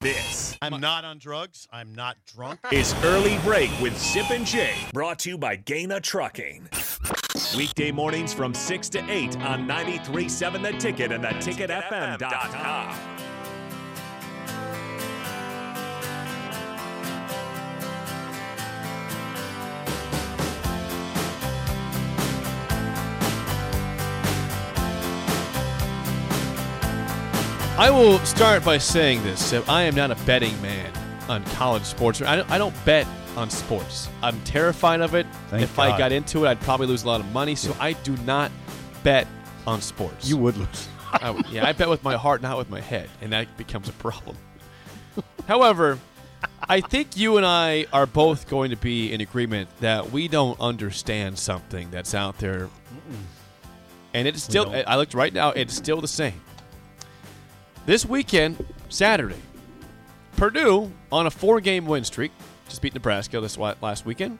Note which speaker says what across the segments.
Speaker 1: This
Speaker 2: I'm not on drugs. I'm not drunk.
Speaker 1: is Early Break with Zip and Jay, brought to you by Gaina Trucking. Weekday mornings from 6 to 8 on 93.7 The Ticket and theticketfm.com.
Speaker 3: I will start by saying this. So I am not a betting man on college sports. I don't, I don't bet on sports. I'm terrified of it.
Speaker 4: Thank
Speaker 3: if
Speaker 4: God.
Speaker 3: I got into it, I'd probably lose a lot of money. So I do not bet on sports.
Speaker 4: You would lose.
Speaker 3: I would- yeah, I bet with my heart, not with my head, and that becomes a problem. However, I think you and I are both going to be in agreement that we don't understand something that's out there, and it's still.
Speaker 4: don't.
Speaker 3: I looked right now; it's still the same. This weekend, Saturday, Purdue on a four-game win streak, just beat Nebraska this wa- last weekend,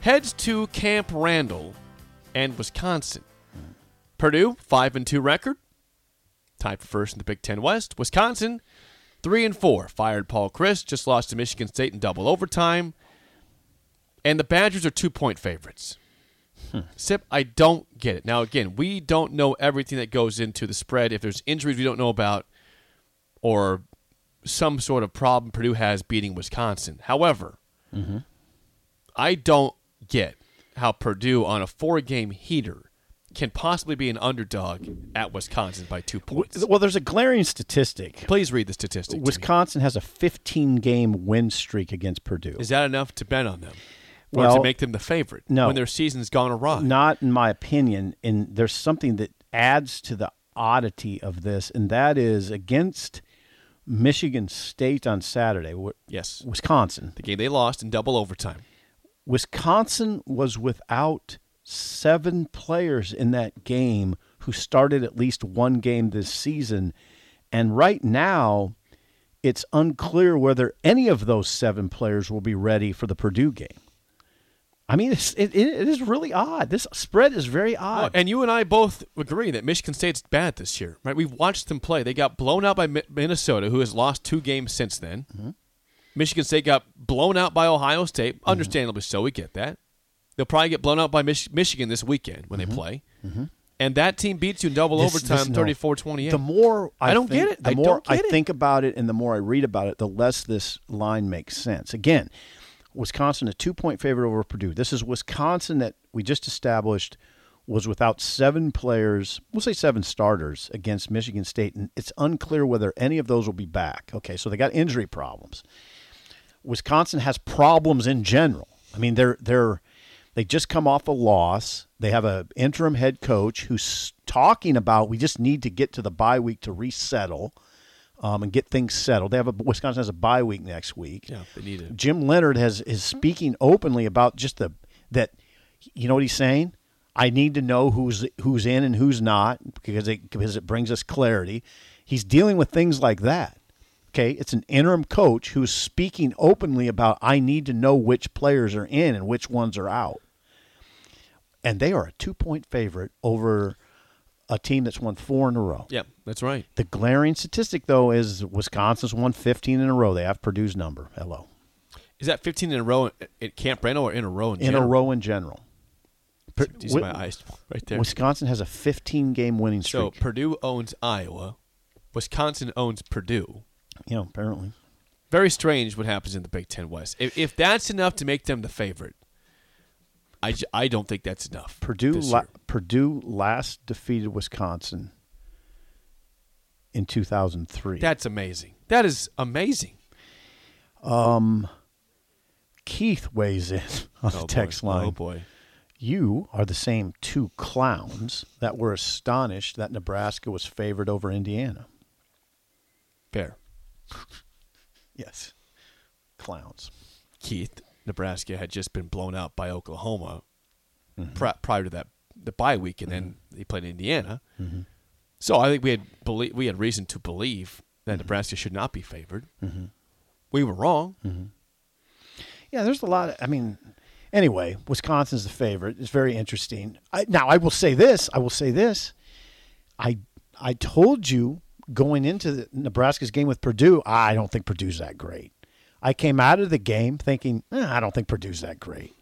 Speaker 3: heads to Camp Randall and Wisconsin. Purdue five and two record, tied for first in the Big Ten West. Wisconsin, three and four, fired Paul Chris, just lost to Michigan State in double overtime, and the Badgers are two point favorites. Sip, I don't get it. Now, again, we don't know everything that goes into the spread. If there's injuries we don't know about, or some sort of problem Purdue has beating Wisconsin, however, I don't get how Purdue on a four-game heater can possibly be an underdog at Wisconsin by two points.
Speaker 4: Well, there's a glaring statistic.
Speaker 3: Please read the statistic. to me.
Speaker 4: Wisconsin has a 15 game win streak against Purdue.
Speaker 3: Is that enough to bet on them? Or
Speaker 4: Well,
Speaker 3: to make them the favorite
Speaker 4: no.
Speaker 3: when their season's gone awry?
Speaker 4: Not in my opinion. And there's something that adds to the oddity of this, and that is against Michigan State on Saturday, Wi-
Speaker 3: Yes.
Speaker 4: Wisconsin.
Speaker 3: The game they lost in double overtime.
Speaker 4: Wisconsin was without seven players in that game who started at least one game this season. And right now, it's unclear whether any of those seven players will be ready for the Purdue game. I mean, it's, it, it is really odd. This spread is very
Speaker 3: Oh,
Speaker 4: odd.
Speaker 3: and you and I both agree that Michigan State's bad this year, right? We've watched them play. They got blown out by Mi- Minnesota, who has lost two games since then.
Speaker 4: Mm-hmm.
Speaker 3: Michigan State got blown out by Ohio State, understandably so. We get that. They'll probably get blown out by Mich- Michigan this weekend when they play. And that team beats you in double
Speaker 4: Mm-hmm. This- this-
Speaker 3: overtime,
Speaker 4: no.
Speaker 3: thirty-four twenty-eight. 34 28.
Speaker 4: The more I,
Speaker 3: I don't
Speaker 4: think-
Speaker 3: get it.
Speaker 4: the
Speaker 3: I
Speaker 4: more
Speaker 3: don't get
Speaker 4: I
Speaker 3: it.
Speaker 4: think about it and the more I read about it, the less this line makes sense. Again, Wisconsin a two point favorite over Purdue. This is Wisconsin that we just established was without seven players, we'll say seven starters against Michigan State, and it's unclear whether any of those will be back. Okay, so they got injury problems. Wisconsin has problems in general. I mean, they're they're they just come off a loss. They have an interim head coach who's talking about we just need to get to the bye week to resettle um, and get things settled. They have a Wisconsin has a bye week next week.
Speaker 3: yeah, they need it.
Speaker 4: Jim Leonard has is speaking openly about just the that you know what he's saying. I need to know who's who's in and who's not because it because it brings us clarity. He's dealing with things like that. Okay, it's an interim coach who's speaking openly about I need to know which players are in and which ones are out. And they are a two point favorite over a team that's won four in a row.
Speaker 3: Yeah, that's right.
Speaker 4: The glaring statistic though is Wisconsin's won fifteen in a row. They have Purdue's number. Hello.
Speaker 3: Is that 15 in a row at- at Camp Randall or in a row in,
Speaker 4: in a
Speaker 3: general?
Speaker 4: row in general. Per-
Speaker 3: These are
Speaker 4: Wi-
Speaker 3: my eyes right there.
Speaker 4: Wisconsin has a 15 game winning
Speaker 3: So
Speaker 4: streak.
Speaker 3: Purdue owns Iowa. Wisconsin owns Purdue.
Speaker 4: you know, apparently.
Speaker 3: Very strange what happens in the Big Ten West. If, if that's enough to make them the favorite, I, j- I don't think that's enough.
Speaker 4: Purdue
Speaker 3: this
Speaker 4: la-
Speaker 3: year.
Speaker 4: Purdue last defeated Wisconsin in 2003.
Speaker 3: That's amazing. That is amazing.
Speaker 4: Keith weighs in on the
Speaker 3: Oh, boy.
Speaker 4: text line.
Speaker 3: Oh, boy.
Speaker 4: You are the same two clowns that were astonished that Nebraska was favored over Indiana.
Speaker 3: Fair.
Speaker 4: Yes. Clowns.
Speaker 3: Keith, Nebraska had just been blown out by Oklahoma pri- prior to that the bye week, and then they played Indiana. So I think we had belie- we had reason to believe that Nebraska should not be favored. We were wrong.
Speaker 4: Yeah, there's a lot. Of, I mean, anyway, Wisconsin's the favorite. It's very interesting. I, now, I will say this. I will say this. I I told you going into the, Nebraska's game with Purdue, I don't think Purdue's that great. I came out of the game thinking, eh, I don't think Purdue's that great.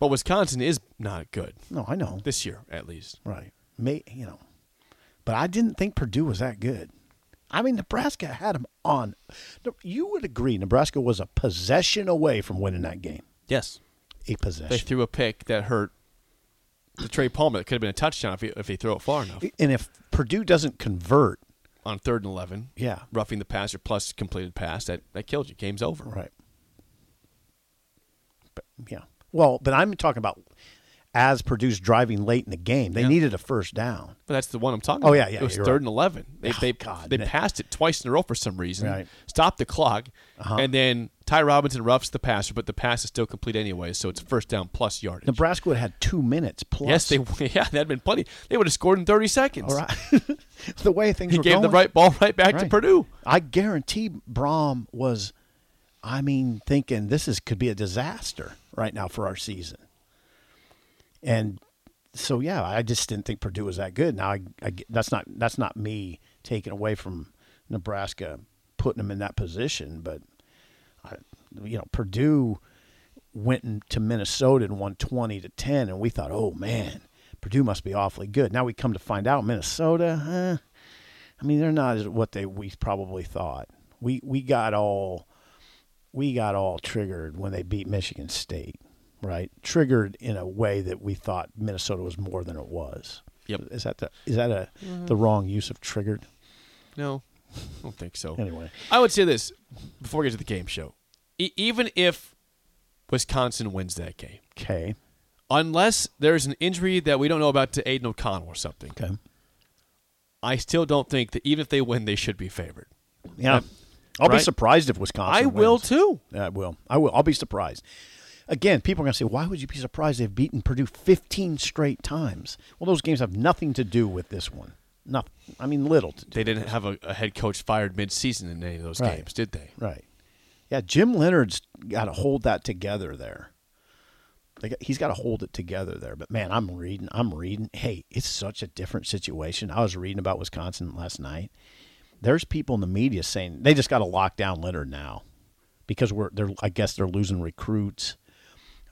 Speaker 3: But Wisconsin is not good
Speaker 4: No, I know.
Speaker 3: this year, at least.
Speaker 4: Right. May, you know, but I didn't think Purdue was that good. I mean, Nebraska had them on. No, You would agree, Nebraska was a possession away from winning that game.
Speaker 3: Yes,
Speaker 4: A
Speaker 3: they
Speaker 4: possession.
Speaker 3: threw a pick that hurt the Trey Palmer. That could have been a touchdown if he, if he threw it far enough
Speaker 4: And if Purdue doesn't convert,
Speaker 3: on third and eleven.
Speaker 4: yeah,
Speaker 3: Roughing the passer plus completed pass that, that killed you. Game's over.
Speaker 4: right. But, yeah. Well, but I'm talking about as Purdue's driving late in the game, they needed a first down.
Speaker 3: But that's the one I'm talking
Speaker 4: Oh,
Speaker 3: about.
Speaker 4: yeah, yeah,
Speaker 3: It was
Speaker 4: you're
Speaker 3: third
Speaker 4: right.
Speaker 3: and 11. They,
Speaker 4: Oh,
Speaker 3: they,
Speaker 4: God,
Speaker 3: they
Speaker 4: man.
Speaker 3: passed it twice in a row for some reason,
Speaker 4: Right. Uh-huh.
Speaker 3: stopped the clock, and then Ty Robinson roughs the passer, but the pass is still complete anyway, so it's first down plus yardage.
Speaker 4: Nebraska would have had two minutes plus.
Speaker 3: Yes, they yeah, that'd been plenty. They would have scored in 30 seconds.
Speaker 4: All right. the way things
Speaker 3: He
Speaker 4: were
Speaker 3: gave
Speaker 4: going,
Speaker 3: the right ball right back to
Speaker 4: Right.
Speaker 3: Purdue.
Speaker 4: I guarantee Brom was, I mean, thinking this is could be a disaster right now for our season. And so, yeah, I just didn't think Purdue was that good. Now, I, I get- that's not that's not me taking away from Nebraska putting them in that position, but I, you know, Purdue went in- to Minnesota and won twenty to ten, and we thought, oh man, Purdue must be awfully good. Now we come to find out Minnesota, huh? I mean, they're not as what they we probably thought. We we got all we got all triggered when they beat Michigan State, right? Triggered in a way that we thought Minnesota was more than it was.
Speaker 3: Yep.
Speaker 4: Is that the is that a the wrong use of triggered?
Speaker 3: No, I don't think so.
Speaker 4: Anyway,
Speaker 3: I would say this before we get to the game show. E- even if Wisconsin wins that game,
Speaker 4: okay,
Speaker 3: unless there's an injury that we don't know about to Aiden O'Connell or something,
Speaker 4: okay,
Speaker 3: I still don't think that even if they win, they should be favored.
Speaker 4: yeah. I'll
Speaker 3: right.
Speaker 4: be surprised if Wisconsin.
Speaker 3: I will
Speaker 4: wins.
Speaker 3: too.
Speaker 4: I will. Uh, I will. I'll be surprised. Again, people are going to say, "Why would you be surprised? They've beaten Purdue 15 straight times." Well, those games have nothing to do with this one. Nothing. I mean, little to do.
Speaker 3: They didn't have a, a head coach fired mid-season in any of those
Speaker 4: Right.
Speaker 3: games, did they?
Speaker 4: Right. Yeah, Jim Leonard's got to hold that together there. They got, he's got to hold it together there. But man, I'm reading, I'm reading. Hey, it's such a different situation. I was reading about Wisconsin last night. There's people in the media saying they just got to lock down Leonard now because we're they're I guess they're losing recruits.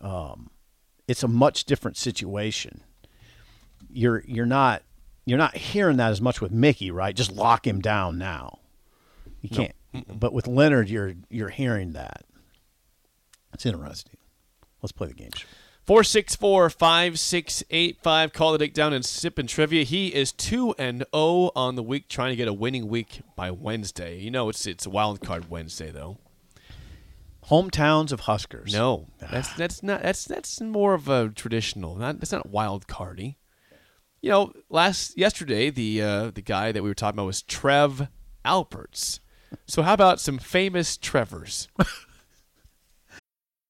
Speaker 4: Um, it's a much different situation. You're you're not you're not hearing that as much with Mickey, right? Just lock him down now. You can't. But with Leonard, you're you're hearing that. It's interesting. Let's play the game show.
Speaker 3: Four six four five six eight five. Call the dick down and sip and trivia. He is two and zero on the week, trying to get a winning week by Wednesday. You know, it's it's wild card Wednesday though.
Speaker 4: Hometowns of Huskers. Ah,
Speaker 3: No, that's that's not that's that's more of a traditional. Not that's not wild cardy. You know, last yesterday the uh, the guy that we were talking about was Trev Alperts. So how about some famous Trevors?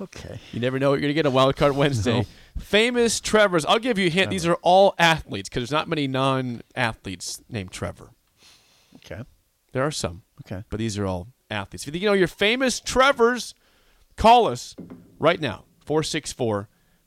Speaker 4: Okay.
Speaker 3: You never know what you're going to get on Wild Card Wednesday. Famous Trevors. I'll give you a hint. These are all athletes because there's not many non athletes named Trevor.
Speaker 4: Okay.
Speaker 3: There are some.
Speaker 4: Okay.
Speaker 3: But these are all athletes. If you think you know your famous Trevors, call us right now 464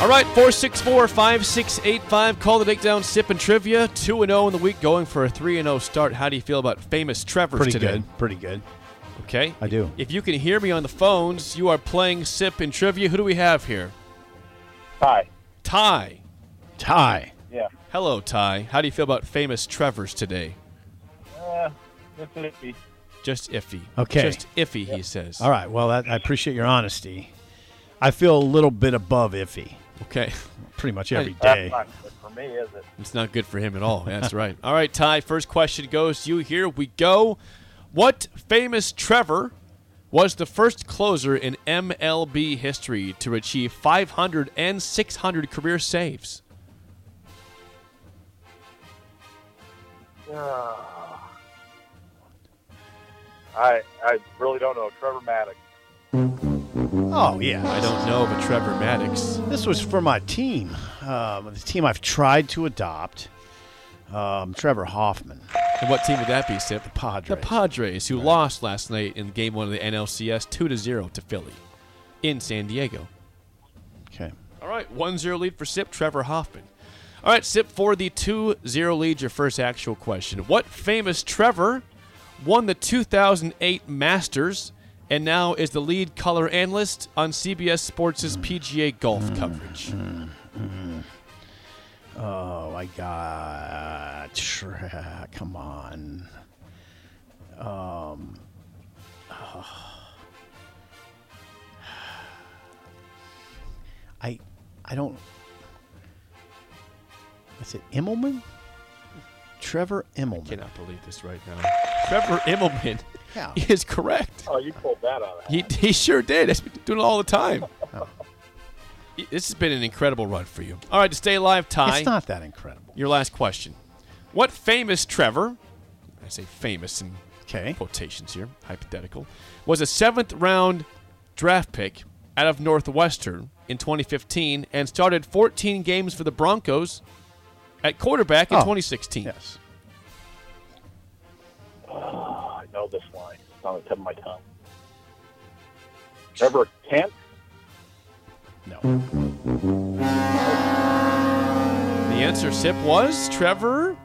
Speaker 3: All right, 464 5685. Call the take down, sip and trivia. 2 0 in the week, going for a 3 0 start. How do you feel about famous Trevors
Speaker 4: Pretty
Speaker 3: today?
Speaker 4: good. Pretty good.
Speaker 3: Okay.
Speaker 4: I do.
Speaker 3: If you can hear me on the phones, you are playing Sip and Trivia. Who do we have here?
Speaker 5: Hi.
Speaker 3: Ty.
Speaker 4: Tie.
Speaker 5: Yeah.
Speaker 3: Hello, Ty. How do you feel about famous Trevors today?
Speaker 5: Uh, that's iffy.
Speaker 3: Just iffy.
Speaker 4: Okay.
Speaker 3: Just iffy, he says.
Speaker 4: All right. Well, that, I appreciate your honesty. I feel a little bit above iffy
Speaker 3: Okay.
Speaker 4: pretty much every
Speaker 5: That's
Speaker 4: day.
Speaker 5: not good for me, is it?
Speaker 3: It's not good for him at all. That's right. All right, Ty. First question goes to you. Here we go. What famous Trevor was the first closer in MLB history to achieve 500 and 600 career saves?
Speaker 5: I I really don't know. Trevor Maddox.
Speaker 4: Oh, yeah.
Speaker 3: I don't know of a Trevor Maddox.
Speaker 4: This was for my team, um, the team I've tried to adopt. Um, Trevor Hoffman,
Speaker 3: And what team would that be, Sip? The
Speaker 4: Padres.
Speaker 3: The Padres, who lost last night in game one of the NLCS 2 to 0 to Philly in San Diego.
Speaker 4: Okay.
Speaker 3: All right, 1 0 lead for Sip, Trevor Hoffman. All right, Sip for the 2 0 lead, your first actual question. What famous Trevor won the 2008 Masters and now is the lead color analyst on CBS Sports' PGA golf coverage?
Speaker 4: Oh, I got. Tre- Come on. Um. I, I don't. Is it Immelman? Trevor Immelman.
Speaker 3: Cannot believe this right now. Trevor Immelman
Speaker 4: Yeah.
Speaker 3: is correct.
Speaker 5: Oh, you pulled that out. Of
Speaker 3: He, he sure did. That's been doing it all the time. This has been an incredible run for you. All right, to stay alive, Ty.
Speaker 4: It's not that incredible.
Speaker 3: Your last question. What famous Trevor, I say famous in
Speaker 4: Okay.
Speaker 3: quotations here, hypothetical, was a seventh round draft pick out of Northwestern in 2015 and started 14 games for the Broncos at quarterback in
Speaker 4: Oh,
Speaker 3: 2016?
Speaker 4: Yes.
Speaker 5: I know this line. It's on the tip of my tongue. Trevor Kent.
Speaker 4: No.
Speaker 3: The answer, Sip, was Trevor.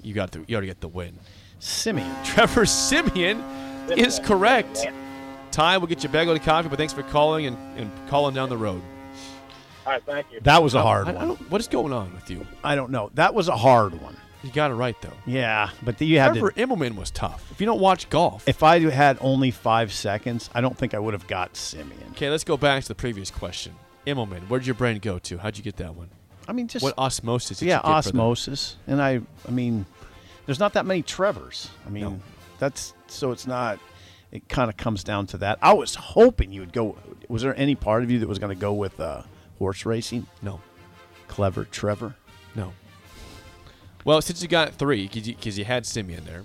Speaker 3: You got the, you already got the win.
Speaker 4: Simeon.
Speaker 3: Trevor Simeon is correct. Ty, we'll get you a bagel and coffee, but thanks for calling and, and calling down the road.
Speaker 5: All right, thank you.
Speaker 4: That was a hard
Speaker 3: Oh, I- I
Speaker 4: one.
Speaker 3: don't- what is going on with you?
Speaker 4: I don't know. That was a hard one.
Speaker 3: You got it right, though.
Speaker 4: Yeah, but you had
Speaker 3: Trevor
Speaker 4: to.
Speaker 3: Immelman was tough. If you don't watch golf.
Speaker 4: If I had only five seconds, I don't think I would have got Simeon.
Speaker 3: okay, let's go back to the previous question. Immelman, where'd your brain go to? How'd you get that one?
Speaker 4: I mean, just
Speaker 3: What osmosis did
Speaker 4: yeah,
Speaker 3: you get for that?
Speaker 4: osmosis. And I, I mean, there's not that many Trevors. I mean, that's so it's not. It kind of comes down to that. I was hoping you would go. Was there any part of you that was going to go with uh, horse racing?
Speaker 3: No,
Speaker 4: Clever Trevor.
Speaker 3: no. Well, since you got three, because you, 'cause you had Simeon there,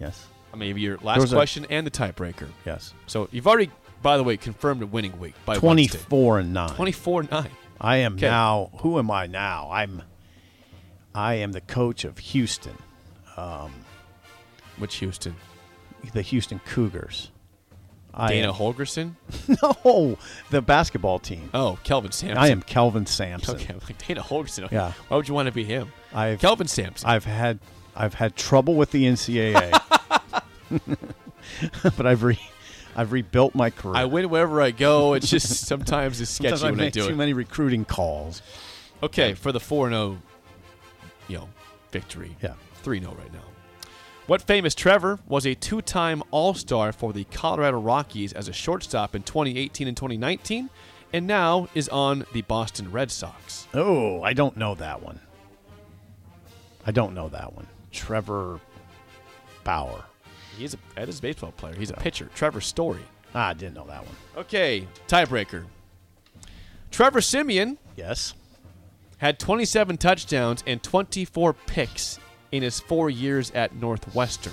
Speaker 4: Yes.
Speaker 3: I mean, your
Speaker 4: There
Speaker 3: last
Speaker 4: was a-
Speaker 3: question and the tiebreaker.
Speaker 4: Yes.
Speaker 3: So you've already, by the way, confirmed a winning week by Wednesday.
Speaker 4: Twenty-four and nine.
Speaker 3: 24 9.
Speaker 4: I am
Speaker 3: Okay.
Speaker 4: now. Who am I now? I'm. I am the coach of Houston,
Speaker 3: Which Houston?
Speaker 4: the Houston Cougars. I
Speaker 3: Dana
Speaker 4: am-
Speaker 3: Holgerson.
Speaker 4: no, Oh, the basketball team.
Speaker 3: Oh, Kelvin Sampson.
Speaker 4: I am Kelvin Sampson.
Speaker 3: Okay, I'm like Dana Holgerson. okay,
Speaker 4: Yeah.
Speaker 3: Why would you want to be him?
Speaker 4: I've-
Speaker 3: Kelvin Sampson.
Speaker 4: I've had I've had trouble with the NCAA, but I've re, I've rebuilt my career.
Speaker 3: I win wherever I go. It's just sometimes it's sketchy
Speaker 4: Sometimes I
Speaker 3: when I
Speaker 4: make
Speaker 3: do
Speaker 4: too
Speaker 3: it.
Speaker 4: many recruiting calls.
Speaker 3: Okay, for the 4 0 you know, victory.
Speaker 4: Yeah.
Speaker 3: 3 0 right now. What famous Trevor was a two time All Star for the Colorado Rockies as a shortstop in 2018 and 2019, and now is on the Boston Red Sox?
Speaker 4: Oh, I don't know that one. I don't know that one. Trevor Bauer.
Speaker 3: He's a, that is a baseball player. He's a pitcher. Trevor Story.
Speaker 4: Ah, I didn't know that one.
Speaker 3: Okay, tiebreaker. Trevor Simeon
Speaker 4: Yes.
Speaker 3: had 27 touchdowns and 24 picks in his four years at Northwestern.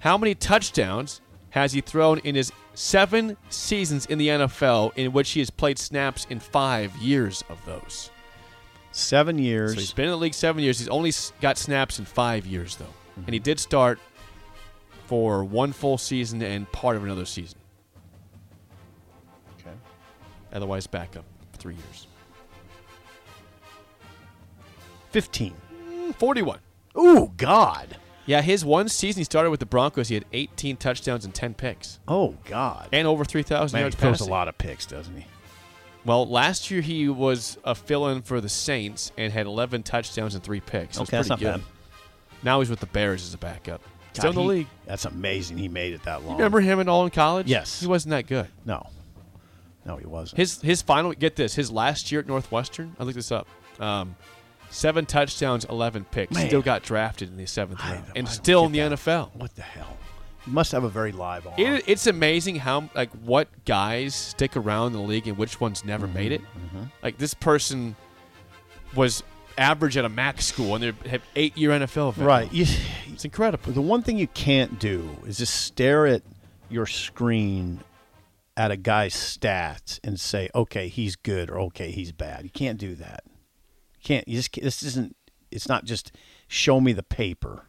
Speaker 3: How many touchdowns has he thrown in his seven seasons in the NFL, in which he has played snaps in five years of those?
Speaker 4: Seven
Speaker 3: So
Speaker 4: years.
Speaker 3: he's been in the league seven years. He's only s- got snaps in five years, though.
Speaker 4: Mm-hmm.
Speaker 3: And he did start for one full season and part of another season.
Speaker 4: Okay.
Speaker 3: Otherwise, back up for three years.
Speaker 4: 15.
Speaker 3: Hmm, 41.
Speaker 4: Ooh, God.
Speaker 3: Yeah, his one season he started with the Broncos, he had 18 touchdowns and 10 picks,
Speaker 4: Oh, God.
Speaker 3: and over 3,000
Speaker 4: Man,
Speaker 3: yards
Speaker 4: he throws a
Speaker 3: passing.
Speaker 4: lot of picks, doesn't he?
Speaker 3: Well, last year he was a fill-in for the Saints and had 11 touchdowns and three picks. So it's
Speaker 4: Okay, that's
Speaker 3: pretty
Speaker 4: not
Speaker 3: good. Now he's with the Bears as a backup. Still in
Speaker 4: God,
Speaker 3: the
Speaker 4: he-
Speaker 3: league.
Speaker 4: That's amazing. He made it that long.
Speaker 3: You remember him in all in college?
Speaker 4: Yes.
Speaker 3: He wasn't that good.
Speaker 4: No. No, he wasn't.
Speaker 3: His his final get this his last year at Northwestern. I looked this up. Um, seven touchdowns, 11 picks.
Speaker 4: Man.
Speaker 3: Still got drafted in the seventh
Speaker 4: I
Speaker 3: round
Speaker 4: don't-
Speaker 3: and
Speaker 4: I don't
Speaker 3: still
Speaker 4: get
Speaker 3: in the NFL.
Speaker 4: What the hell? He must have a very live arm.
Speaker 3: It, it's amazing how like what guys stick around the league and which ones never made it.
Speaker 4: Mm-hmm,
Speaker 3: Like this person was average at a Mac school and they have eight year NFL. vet.
Speaker 4: right. You-
Speaker 3: it's incredible.
Speaker 4: the one thing you can't do is just stare at your screen at a guy's stats and say, "Okay, he's good" or "Okay, he's bad." You can't do that. You can't. You just. ca- This isn't. It's not just show me the paper.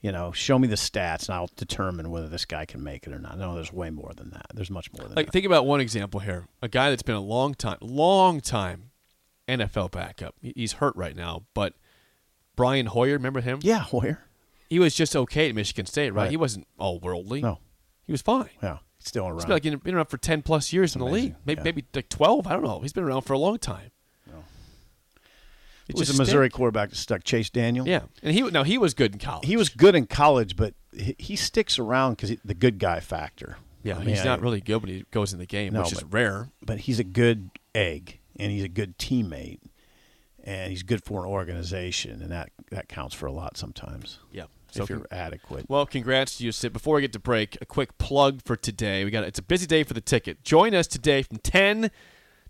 Speaker 4: You know, show me the stats, and I'll determine whether this guy can make it or not. No, there's way more than that. There's much more than
Speaker 3: Like
Speaker 4: that.
Speaker 3: think about one example here: a guy that's been a long time, long time NFL backup. He- He's hurt right now, but Brian Hoyer, remember him?
Speaker 4: yeah, Hoyer.
Speaker 3: he was just okay at Michigan State, right?
Speaker 4: Right.
Speaker 3: He wasn't all worldly.
Speaker 4: No,
Speaker 3: he was fine.
Speaker 4: yeah, still around.
Speaker 3: He's been, like, in- been around for 10 plus years in the
Speaker 4: Amazing,
Speaker 3: league. Maybe,
Speaker 4: yeah.
Speaker 3: maybe like 12. I don't know. He's been around for a long time.
Speaker 4: it was
Speaker 3: just
Speaker 4: a Missouri
Speaker 3: stink.
Speaker 4: quarterback that stuck, Chase Daniel.
Speaker 3: Yeah. And he now he was good in college.
Speaker 4: he was good in college, but he, he sticks around because the good guy factor.
Speaker 3: Yeah,
Speaker 4: I mean,
Speaker 3: he's not
Speaker 4: I-
Speaker 3: really good when he goes in the game,
Speaker 4: No,
Speaker 3: which is
Speaker 4: but-
Speaker 3: rare.
Speaker 4: but he's a good egg, and he's a good teammate, and he's good for an organization, and that that counts for a lot sometimes.
Speaker 3: Yeah.
Speaker 4: if you're adequate.
Speaker 3: Well, congrats to you, Sid. Before we get to break, a quick plug for today. We got it's a busy day for the ticket. Join us today from ten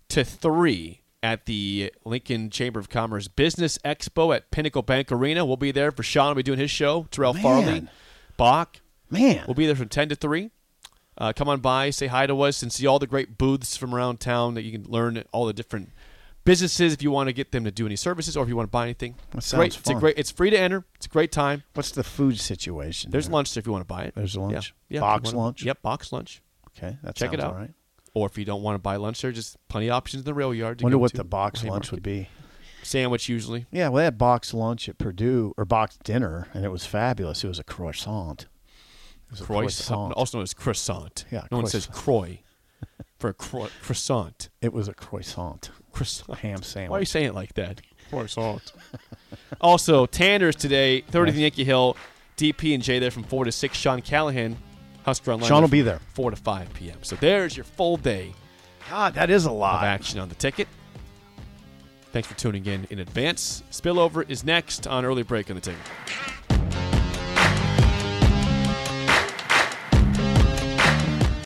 Speaker 3: to three at the Lincoln Chamber of Commerce Business Expo at Pinnacle Bank Arena. We'll be there for Sean. will be doing his show. Terrell Farley,
Speaker 4: Man.
Speaker 3: Bach.
Speaker 4: Man,
Speaker 3: We'll be there from ten to three. Uh, come on by, say hi to us, and see all the great booths from around town that you can learn all the different businesses if you want to get them to do any services or if you want to buy anything.
Speaker 4: That
Speaker 3: It's
Speaker 4: sounds
Speaker 3: great. It's a
Speaker 4: fun.
Speaker 3: great. It's free to enter. It's a great time.
Speaker 4: what's the food situation?
Speaker 3: There's
Speaker 4: there?
Speaker 3: lunch there if you want to buy it.
Speaker 4: There's a lunch?
Speaker 3: Yeah. Yeah, if you
Speaker 4: Box
Speaker 3: wanna-
Speaker 4: lunch?
Speaker 3: Yep, box lunch.
Speaker 4: Okay, that
Speaker 3: Check
Speaker 4: sounds
Speaker 3: it out.
Speaker 4: All right.
Speaker 3: Or if you don't want to buy lunch there, just plenty of options in the rail yard. To
Speaker 4: Wonder
Speaker 3: go
Speaker 4: what
Speaker 3: to.
Speaker 4: the box
Speaker 3: Hay
Speaker 4: lunch would be.
Speaker 3: Market. Sandwich usually.
Speaker 4: Yeah, well, they had box lunch at Purdue or box dinner, and it was fabulous. It was a croissant. It was a
Speaker 3: Croissant. Also known as croissant.
Speaker 4: Yeah,
Speaker 3: No one says croy for a cro- croissant.
Speaker 4: It was a croissant.
Speaker 3: Croissant.
Speaker 4: Ham
Speaker 3: Why are you
Speaker 4: sandwich.
Speaker 3: saying it like that? Croissant. also, Tanner's today, 30 to Yankee Hill. DP and J there from 4 to 6. Sean Callahan, Husker Online.
Speaker 4: Sean will
Speaker 3: from
Speaker 4: be there.
Speaker 3: 4 to 5 p.m. So there's your full day
Speaker 4: God, that is a
Speaker 3: of
Speaker 4: lot.
Speaker 3: action on the ticket. Thanks for tuning in in advance. Spillover is next on Early Break on the Ticket.